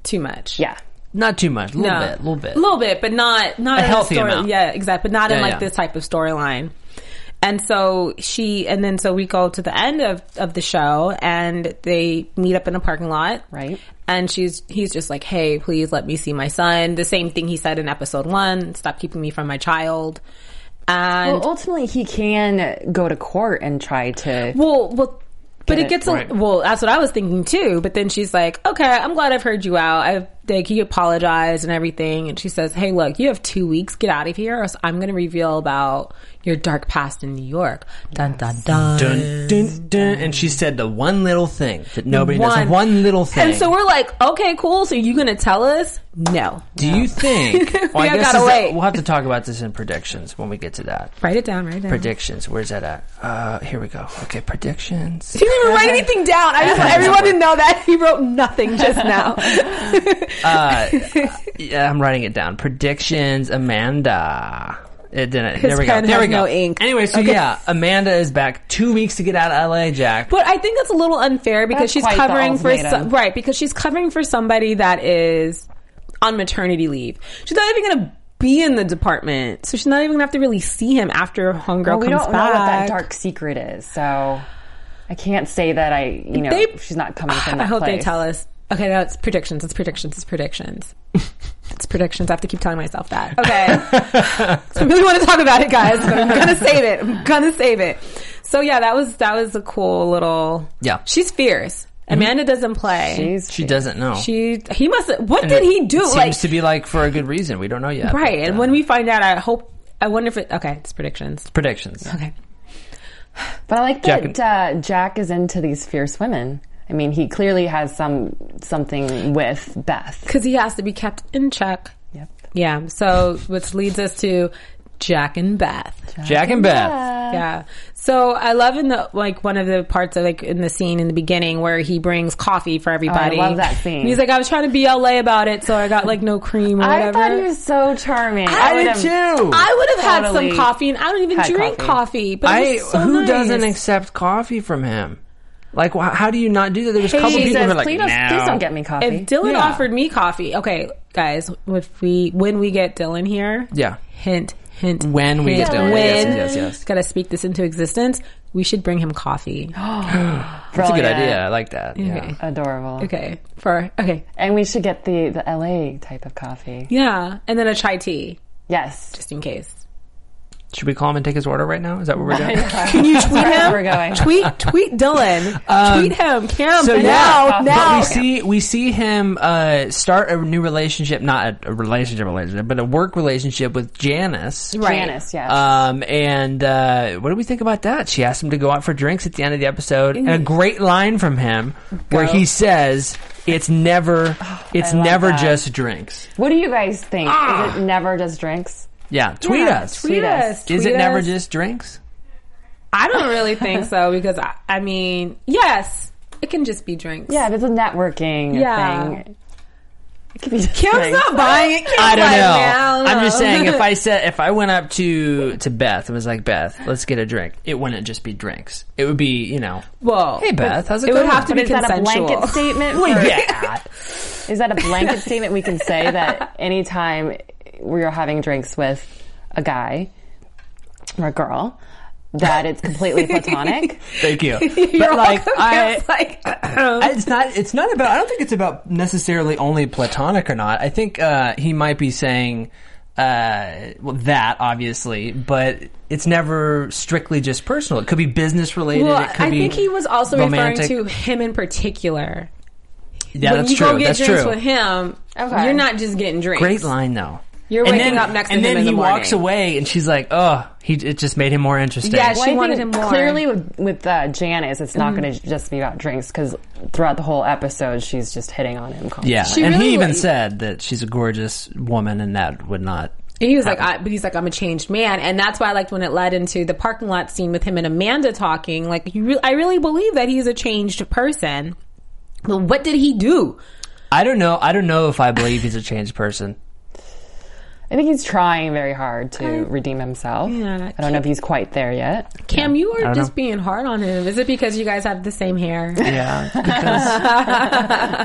B: too much.
D: yeah,
C: Not too much. A little
B: No.
C: bit. A little bit.
B: A little bit, but not not
C: A
B: in
C: healthy
B: story.
C: amount.
B: Yeah, exactly. But not in
C: Yeah,
B: like
C: yeah.
B: this type of storyline. And so she, and then so we go to the end of, of the show and they meet up in a parking lot.
D: Right.
B: And she's, he's just like, hey, please let me see my son. The same thing he said in episode one, stop keeping me from my child. And
D: Well, ultimately, he can go to court and try to.
B: Well, well, but
D: Get
B: it
D: it,
B: gets a
C: right.
B: well. That's what I was thinking too. But then she's like, "Okay, I'm glad I've heard you out. I've like he apologized and everything." And she says, "Hey, look, you have two weeks. Get out of here, or else I'm going to reveal about your dark past in New York." Dun dun dun.
C: Dun, dun, dun. And she said the one little thing that nobody knows. One little thing.
B: And so we're like, "Okay, cool. So you going to tell us?" No.
C: Do you think? Well,
B: We
C: I
B: have
C: guess
B: gotta
C: is that-
B: wait.
C: we'll have to talk about this in predictions when we get to that.
B: Write it down. Write it down.
C: Predictions. Where's that at? Uh, here we go. Okay, predictions.
B: She didn't even write anything down. I just want everyone to know that he wrote nothing just now.
C: Uh, yeah, I'm writing it down. Predictions. Amanda. It didn't.
B: His
C: there we
B: pen
C: go. There
B: has
C: we go.
B: no ink.
C: Anyway, so
B: Okay.
C: yeah, Amanda is back. Two weeks to get out of LA, Jack.
B: But I think that's a little unfair because
D: That's
B: she's
D: quite the
B: covering for
D: ultimatum.
B: some, right because she's covering for somebody that is on maternity leave. She's not even going to be in the department, so she's not even going to have to really see him after Homegirl
D: Well, we
B: comes
D: don't know
B: back.
D: what that dark secret is, so I can't say that I, you know,
B: They-
D: she's not coming from
B: I
D: that
B: hope they
D: place.
B: tell us. Okay, no, it's predictions. It's predictions. It's predictions. it's predictions. I have to keep telling myself that. Okay. so I really want to talk about it, guys. But I'm gonna save it. I'm gonna save it. So yeah, that was that was a cool little.
C: Yeah.
B: she's fierce. Amanda doesn't play.
D: She's-
C: She doesn't know.
B: She he must. What
C: And
B: did
C: it-
B: he do?
C: It seems
B: like
C: to be like for a good reason. We don't know yet.
B: right.
C: but,
B: And
C: uh,
B: when we find out, I hope. I wonder if it. Okay, it's predictions.
C: predictions.
B: Okay.
D: But I like
C: Jack
D: that uh, Jack is into these fierce women. I mean, he clearly has some something with Beth.
B: Because he has to be kept in check.
D: Yep.
B: Yeah. So which leads us to Jack and Beth.
C: Jack and Beth.
B: Yeah. So I love in the like one of the parts of like in the scene in the beginning where he brings coffee for everybody.
D: Oh, love that scene.
B: And he's like, I was trying to be LA about it, so I got like no cream or
D: I
B: whatever.
D: thought he was so charming. I, would have-
C: too.
B: I would have had
D: Totally
B: some coffee, and I don't even
D: had
B: drink coffee.
D: coffee.
B: but it
C: I
B: was so
C: who
B: nice.
C: doesn't accept coffee from him? Like, wh- how do you not do that? There's a
D: She
C: couple people
D: says,
C: who are like,
D: please, don't-
C: no.
D: please don't get me coffee.
B: If Dylan
C: Yeah.
B: offered me coffee, okay, guys, if we when we get Dylan here,
C: Yeah.
B: hint, hint.
C: When we
B: hint,
C: get Dylan, yes,
B: when
C: yes, yes.
B: gotta speak this into existence. We should bring him coffee.
C: That's a good
D: Brilliant.
C: idea. I like that. Yeah.
B: Oh, Okay.
D: Adorable.
B: Okay, for okay,
D: And we should get the, the LA type of coffee.
B: yeah, and then a chai tea
D: Yes.
B: just in case.
C: Should we call him and take his order right now? Is that what we're doing?
D: Can you tweet
B: him?
D: We're going.
B: Tweet, tweet Dylan, tweet him, Cam.
C: so, yeah.
B: now,
D: But
B: now.
C: We see we see him uh, start a new relationship, not a, a relationship relationship, but a work relationship with Janice.
B: Right.
D: Janice, yes.
C: Um, and uh, what do we think about that? She asked him to go out for drinks at the end of the episode, and
B: Mm-hmm.
C: a great line from him where he says, "It's
B: Oh,
C: never, it's
D: love
C: never
D: that.
C: just drinks."
D: what do you guys think?
B: Ah.
D: Is it never just drinks?
C: Yeah, tweet
B: Yeah,
C: us.
B: Tweet
D: Tweet us.
B: us.
C: Is
B: tweet
C: it never
B: us.
C: just drinks?
B: I don't really think so because I, I mean, yes, it can just be drinks.
D: Yeah, it's a networking
B: Yeah.
D: thing. It could be just
B: Cam's
D: drinks.
B: not buying it. Cam's
C: I don't
B: like,
C: know.
B: "Nah, I don't
C: I'm just
B: know."
C: saying if I said if I went up to to Beth and was like Beth, let's get a drink. It wouldn't just be drinks. It would be you know.
B: Well,
C: Hey, Beth, how's it
B: it would
C: going?
B: have to
D: But
B: be
D: is that a
B: consensual.
D: blanket statement?
C: Well,
D: for-
C: yeah.
D: Is that a blanket statement we can say that anytime we're having drinks with a guy or a girl, that it's completely platonic?
C: Thank you.
B: You're
C: but like
B: welcome.
C: I,
B: It's like,
C: I- it's not it's not about I don't think it's about necessarily only platonic or not. I think uh, he might be saying uh, well, that obviously, but it's never strictly just personal. It could be business related.
B: well,
C: it could
B: I
C: be
B: think he was also
C: romantic.
B: referring to him in particular.
C: yeah,
B: when
C: that's
B: you
C: true.
B: go get
C: that's
B: drinks
C: true.
B: with him,
D: Okay.
B: you're not just getting drinks.
C: Great line though.
B: You're waking up next to
C: and
B: him
C: then
B: in
C: he
B: the
C: walks
B: morning.
C: away, and she's like, "Oh, he." It just made him more interesting.
B: Yeah, she
D: Well, I
B: wanted him
D: think
B: more. Mm-hmm.
D: Clearly, with, with uh, Janice, it's not going to just be about drinks because throughout the whole episode, she's just hitting on him constantly.
C: yeah.
B: She
C: and
B: really
C: he even
B: wa-
C: said that she's a gorgeous woman, and that would not.
B: And he was like, I, but he's like, I'm a changed man, and that's why I liked when it led into the parking lot scene with him and Amanda talking. Like, you re- I really believe that he's a changed person. But what did he do?
C: I don't know. I don't know if I believe he's a changed person.
D: I think he's trying very hard to redeem himself.
B: Yeah.
D: I don't know if he's quite there yet.
B: Cam, you
C: I
B: are
C: don't
B: just
C: know.
B: being hard on him. Is it because you guys have the same hair?
C: Yeah,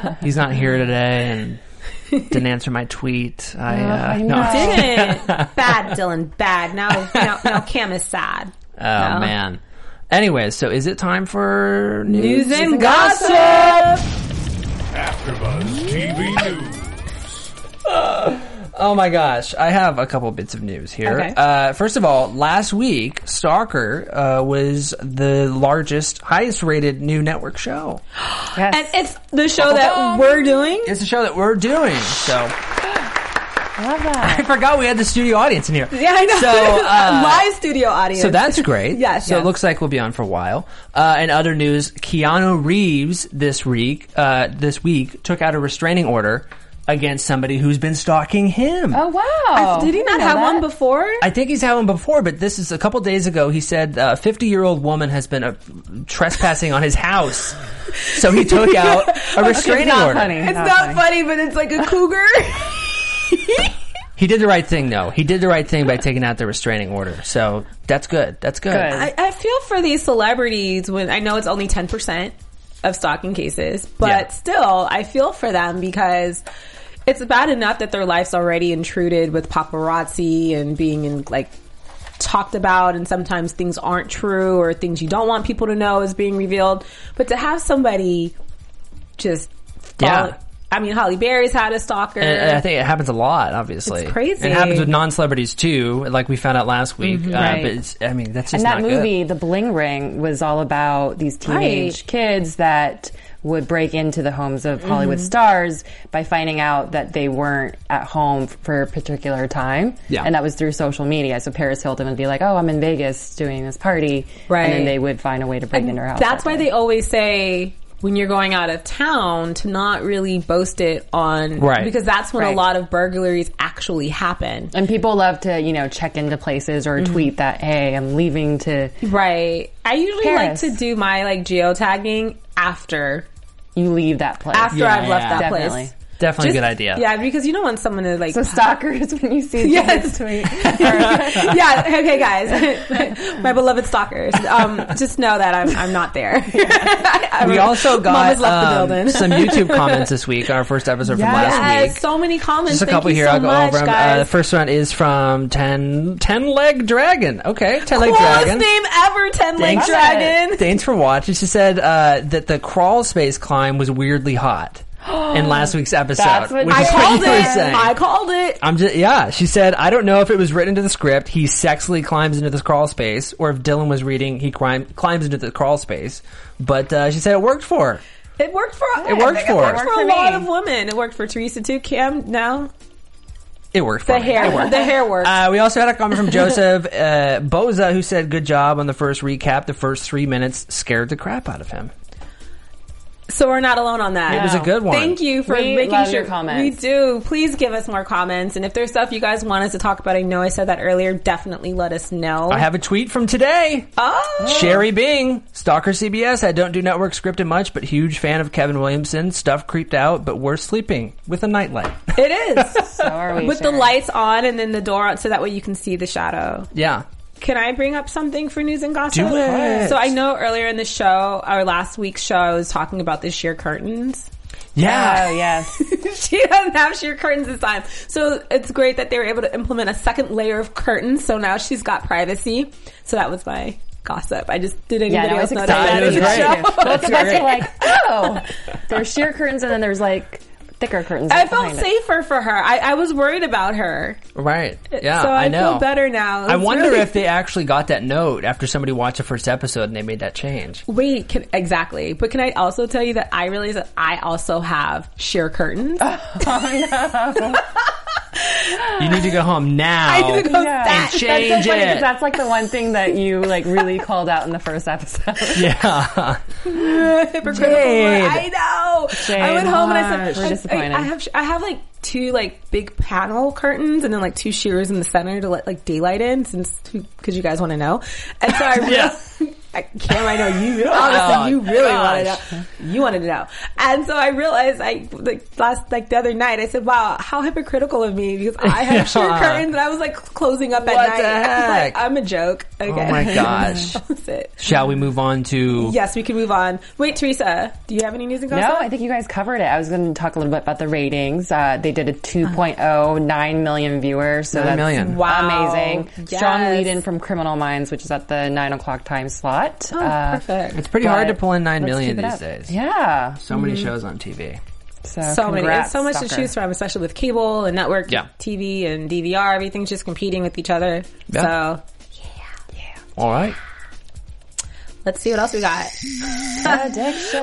C: because he's not here today and didn't answer my tweet.
B: Oh,
C: I, uh,
D: I
C: no.
D: know.
B: didn't. bad, Dylan. Bad. Now, now, now Cam is sad.
C: Oh man. Anyways, so is it time for news?
B: News and gossip.
A: AfterBuzz TV News.
C: Oh my gosh, I have a couple bits of news here.
B: Okay.
C: Uh, first of all, last week Stalker uh, was the largest, highest-rated new network show.
D: Yes.
B: And it's the show that we're doing.
C: It's a show that we're doing, so
D: I love that.
C: I forgot we had the studio audience in here.
B: Yeah, I know.
C: So, uh,
B: Live studio audience.
C: So that's great.
B: Yes.
C: So it
B: Yes.
C: looks like we'll be on for a while. Uh, and other news: Keanu Reeves this week, uh, this week took out a restraining order against somebody who's been stalking him.
D: Oh wow!
B: Did he
D: I
B: not
D: didn't
B: have
D: know
B: one
D: that.
B: before?
C: I think he's had one before, but this is a couple days ago. He said a 50 year old woman has been uh, trespassing on his house. So he took out a restraining
D: not
C: order.
D: funny.
B: it's
D: Not
B: not funny.
D: funny.
B: but it's like a cougar.
C: He did the right thing, though. He did the right thing by taking out the restraining order. So that's good. That's good.
D: Good.
B: I, I feel for these celebrities when I know it's only 10% of stalking cases, but
C: Yeah.
B: still, I feel for them because it's bad enough that their life's already intruded with paparazzi and being in like talked about and sometimes things aren't true or things you don't want people to know is being revealed. But to have somebody just
C: Yeah.
B: follow- I mean, Holly Berry's had a stalker.
C: And, and I think it happens a lot, obviously.
B: It's crazy. Mm-hmm.
C: And it happens with non celebrities, too, like we found out last week. uh,
D: Right.
C: but it's, I mean, that's just
D: And that
C: not good.
D: movie, The Bling Ring, was all about these teenage
B: Right.
D: kids that would break into the homes of Hollywood
B: Mm-hmm.
D: stars by finding out that they weren't at home for a particular time.
C: Yeah.
D: And that was through social media. So Paris Hilton would be like, "Oh, I'm in Vegas doing this party," and
B: Right.
D: then they would find a way to break into her house.
B: That's
D: that
B: why
D: day.
B: they always say when you're going out of town to not really boast it on
C: Right.
B: because that's when a
D: Right.
B: lot of burglaries actually happen.
D: And people love to, you know, check into places or
B: Mm-hmm.
D: tweet that, "Hey, I'm leaving to."
B: Right. I usually
D: Paris.
B: like to do my like geotagging after
D: You leave that place.
B: after
C: Yeah,
B: I've left
C: yeah.
B: that
D: Definitely.
B: place.
C: Definitely a
B: Just-
C: good idea.
B: Yeah, because you don't want someone to like
D: So stalkers, when you see
B: Yes.
D: this tweet, or-
B: yeah, okay, guys, my beloved stalkers. Um, just know that I'm I'm not there.
C: We also got
B: Mama's left the
C: um,
B: building.
C: some YouTube comments this week on our first episode from last
B: Yes,
C: week.
B: so many comments.
C: Just a
B: Thank
C: couple
B: you
C: here.
B: So
C: I'll go
B: much,
C: over 'em.
B: guys.
C: Uh, the first one is from Ten Ten Leg Dragon. Okay, Ten Leg
B: coolest
C: Dragon.
B: name ever, Ten Leg
C: Thanks.
B: Dragon.
C: Thanks for watching. She said uh, that the crawl space climb was weirdly hot in last week's episode,
D: That's what
C: which
D: I
C: is
B: Called
C: what you were
B: it.
C: saying.
B: I called it.
C: I'm just yeah. She said I don't know if it was written into the script. He sexily climbs into this crawl space, or if Dylan was reading, he climb, climbs into the crawl space. But uh, she said it worked for her.
B: It worked for.
C: It worked
B: I think
C: for
B: It worked
C: her.
B: for a
D: Worked for
B: lot
D: me.
B: of women. It worked for Teresa too. Cam, no,
C: It worked for
B: the
C: me.
B: hair.
C: It worked.
B: The hair worked.
C: Uh, we also had a comment from Joseph uh, Boza who said, "Good job on the first recap. The first three minutes scared the crap out of him."
B: so we're not alone on that.
C: It was a good one.
B: Thank you for
D: We
B: making
D: love
B: sure
D: your comments.
B: we do. Please give us more comments, and if there's stuff you guys want us to talk about, I know I said that earlier. Definitely let us know.
C: I have a tweet from today.
B: oh,
C: Sherry Bing, Stalker CBS. I don't do network scripted much, but huge fan of Kevin Williamson. Stuff creeped out, but worth sleeping with a nightlight.
B: it is
D: so are we
B: with the
D: Sharon.
B: lights on and then the door on, so that way you can see the shadow.
C: yeah.
B: Can I bring up something for news and gossip?
C: Do it.
B: So I know earlier in the show, our last week's show, I was talking about the sheer curtains.
C: Yeah.
D: Oh yes,
B: she doesn't have sheer curtains this time. So it's great that they were able to implement a second layer of curtains. So now she's got privacy. So that was my gossip. I just did anybody
D: yeah, no,
B: else
D: it's
B: know
D: exciting.
B: that?
C: It was
B: in the
C: great.
B: show?
D: Both of us
C: great.
D: are like, oh, there's sheer curtains, and then there's like thicker curtains.
B: I felt
D: behind it.
B: safer for her. I, I was worried about her.
C: Right. Yeah.
B: so I,
C: know.
B: feel better now.
C: I
B: It's
C: wonder
B: really-
C: if they actually got that note after somebody watched the first episode and they made that change.
B: Wait, can, exactly. But can I also tell you that I realize that I also have sheer curtains?
C: You need to go home now.
B: I need to go
D: Yeah.
B: stat-
C: Oh. And change
D: That's so funny
C: it.
D: because that's like the one thing that you like really called out in the first episode.
C: yeah.
B: hypocritical.
C: Jade.
B: I know. I
D: Jade,
B: went home and I
D: what? We're
B: said, I,
D: disappointed.
B: I have I have like two like big panel curtains and then like two shears in the center to let like daylight in since because you guys want to know. And so I
C: Yeah.
B: realized I, Cam, I know you. All of a
C: Oh,
B: sudden, you really wanted
C: gosh.
B: to know. You wanted to know. And so I realized, I like last like the other night, I said, "Wow, how hypocritical of me!" Because I had shirt
C: Yeah.
B: curtains and I was like closing up at
C: What
B: night.
C: the
B: I was
C: heck? Oh
B: like, I'm a joke. Okay.
C: my gosh.
B: that was it.
C: Shall we move on to?
B: Yes, we can move on. Wait, Teresa, do you have any news and gossip?
D: No, I think you guys covered it. I was going to talk a little bit about the ratings. Uh, they did a 2.0, 9 million viewers. So
C: 9
D: that's
C: million.
B: Wow.
D: amazing.
B: Yes.
D: Strong lead in from Criminal Minds, which is at the 9 o'clock time slot. Uh,
B: Oh, perfect.
C: It's pretty hard to
D: But
C: pull in nine
D: let's
C: million
D: keep it
C: these
D: up.
C: days.
D: Yeah.
C: So many
B: Mm-hmm.
C: shows on TV.
D: So,
B: so many. There's
D: congrats,
B: so much to
D: Stalker.
B: choose from, especially with cable and network
C: Yeah.
B: TV and DVR. Everything's just competing with each other.
C: Yeah.
B: So
C: All right.
B: let's see what else we got.
D: Addiction.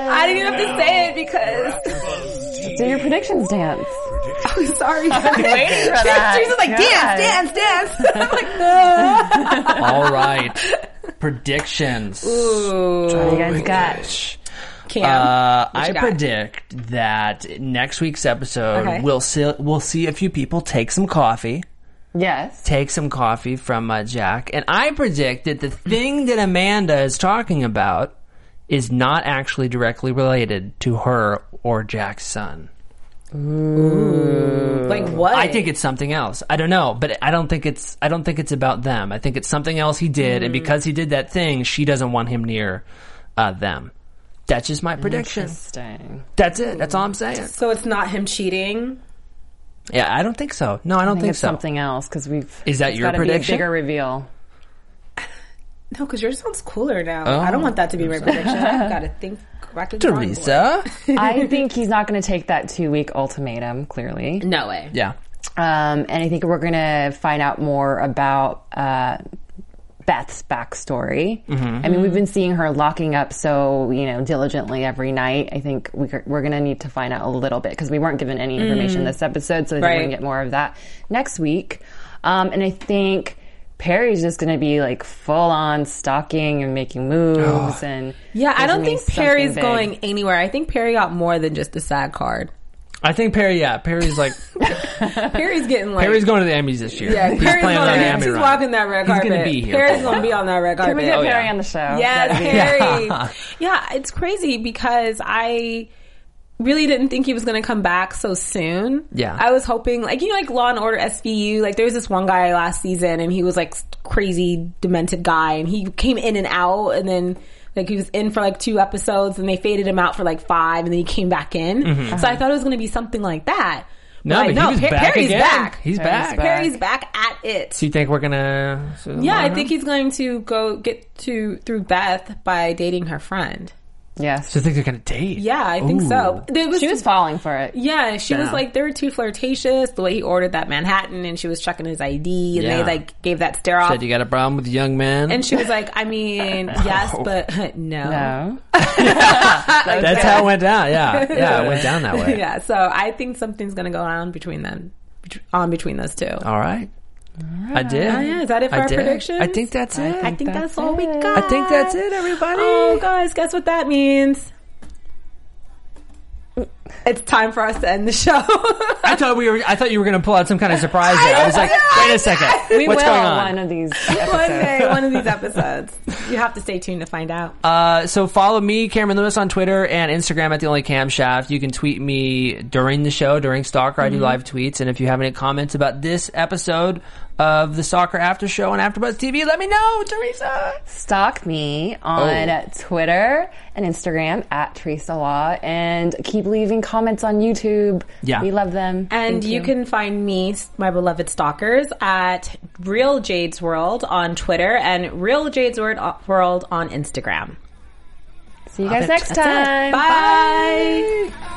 B: I didn't even have to say it because
D: Do your predictions dance.
B: I'm sorry. I'm
D: waiting for that.
B: Teresa's like,
D: God.
B: dance, dance, dance. I'm like, no.
C: All right. Predictions.
D: What do you guys got?
B: Cam,
C: Uh,
B: what you
C: I
B: got?
C: predict that next week's episode
B: Okay.
C: we'll see we'll see a few people take some coffee,
D: Yes.
C: take some coffee from uh, Jack, and I predict that the thing that Amanda is talking about is not actually directly related to her or Jack's son.
B: like what?
C: I think it's something else. I don't know, but I don't think it's I don't think it's about them. I think it's something else he did, and because he did that thing, she doesn't want him near uh, them. That's just my prediction.
D: Interesting.
C: That's it. That's all I'm saying.
B: so. It's not him cheating.
C: Yeah, I don't think so. No, I don't
D: I
C: think,
D: think it's
C: so.
D: something else because we've.
C: Is that
D: it's
C: your
D: gotta
C: prediction?
D: Be a bigger reveal.
B: No, because yours sounds cooler now.
C: Oh.
B: I don't want that to be my prediction. I've got to think. back to the drawing board.
C: Teresa.
D: I think he's not going to take that two week ultimatum, clearly.
B: No way.
C: yeah.
D: Um, and I think we're going to find out more about uh, Beth's backstory. I mean, we've been seeing her locking up so you know diligently every night. I think we, we're going to need to find out a little bit because we weren't given any information this episode, so I think we're
B: Right.
D: going to get more of that next week. Um, and I think. Perry's just going to be like full on stalking and making moves and
B: Yeah, I don't
D: there's gonna be
B: think Perry's
D: something big.
B: going anywhere. I think Perry got more than just the sad card.
C: I think Perry. Yeah, Perry's like
B: Perry's getting like
C: Perry's going to the Emmys this year.
B: Yeah,
C: he's
B: Perry's
C: playing
B: gonna,
C: on the
B: be-
C: Emmy
B: she's
C: run.
B: walking that red
C: He's
B: carpet.
C: gonna be here.
B: Perry's gonna be on that red
D: Can
B: carpet.
D: we get
C: Oh, yeah.
D: Perry on the show?
B: Yes,
D: That'd be-
B: Perry. yeah, it's crazy because I really didn't think he was going to come back so soon.
C: Yeah.
B: I was hoping, like, you know, like Law and Order SVU, like, there was this one guy last season and he was like crazy, demented guy and he came in and out and then. Like he was in for like two episodes and they faded him out for like five and then he came back in. So I thought it was going to be something like that.
C: Mm-hmm. No,
B: Like,
C: but he was
B: Per-
C: back
B: Perry's
C: again.
B: back.
C: He's
D: Perry's
C: back.
D: back.
B: Perry's back at it.
C: Do you think we're gonna?
B: Yeah, I think he's going to go get to through Beth by dating her friend.
D: Yes.
C: Do you think they're gonna date?
B: Yeah, I think so. There was,
D: she was falling for it.
B: yeah, she was
C: Yeah.
B: like they were too flirtatious. The way he ordered that Manhattan, and she was checking his ID, and
C: Yeah.
B: they like gave that stare off.
C: Said you got a problem with a young man.
B: and she was like, "I mean, yes, but no."
D: No.
C: That's how it went down. Yeah, yeah, it went down that way.
B: Yeah, so I think something's going to go on between them, bet- on between those two.
C: All right. I did.
B: yeah, is that it for
C: I
B: our
C: did.
B: predictions?
C: I think that's it.
B: I think that's, all we got.
C: I think that's it, everybody.
B: Oh, guys, guess what that means? It's time for us to end the show.
C: I thought we were. I thought you were gonna pull out some kind of surprise. there. I was like, wait a second.
D: We
C: What's
D: will
C: going on?
D: one of these
B: one
D: episodes.
B: day, one of these episodes. You have to stay tuned to find out.
C: Uh, so follow me, Cameron Lewis, on Twitter and Instagram at the Only Cam Shaft. You can tweet me during the show, during Stalker. I do live tweets, and if you have any comments about this episode of the Stalker After Show on AfterBuzz TV, let me know, Teresa.
D: Stalk me on
C: Oh.
D: Twitter and Instagram at Teresa Law and keep leaving comments on YouTube.
C: Yeah.
D: We love them.
B: And
D: Thank
B: you. can find me, my beloved stalkers, at Real Jade's World on Twitter and Real Jade's Word- uh, World on Instagram.
D: See you guys
C: it.
D: next
C: That's it.
D: time.
B: Bye.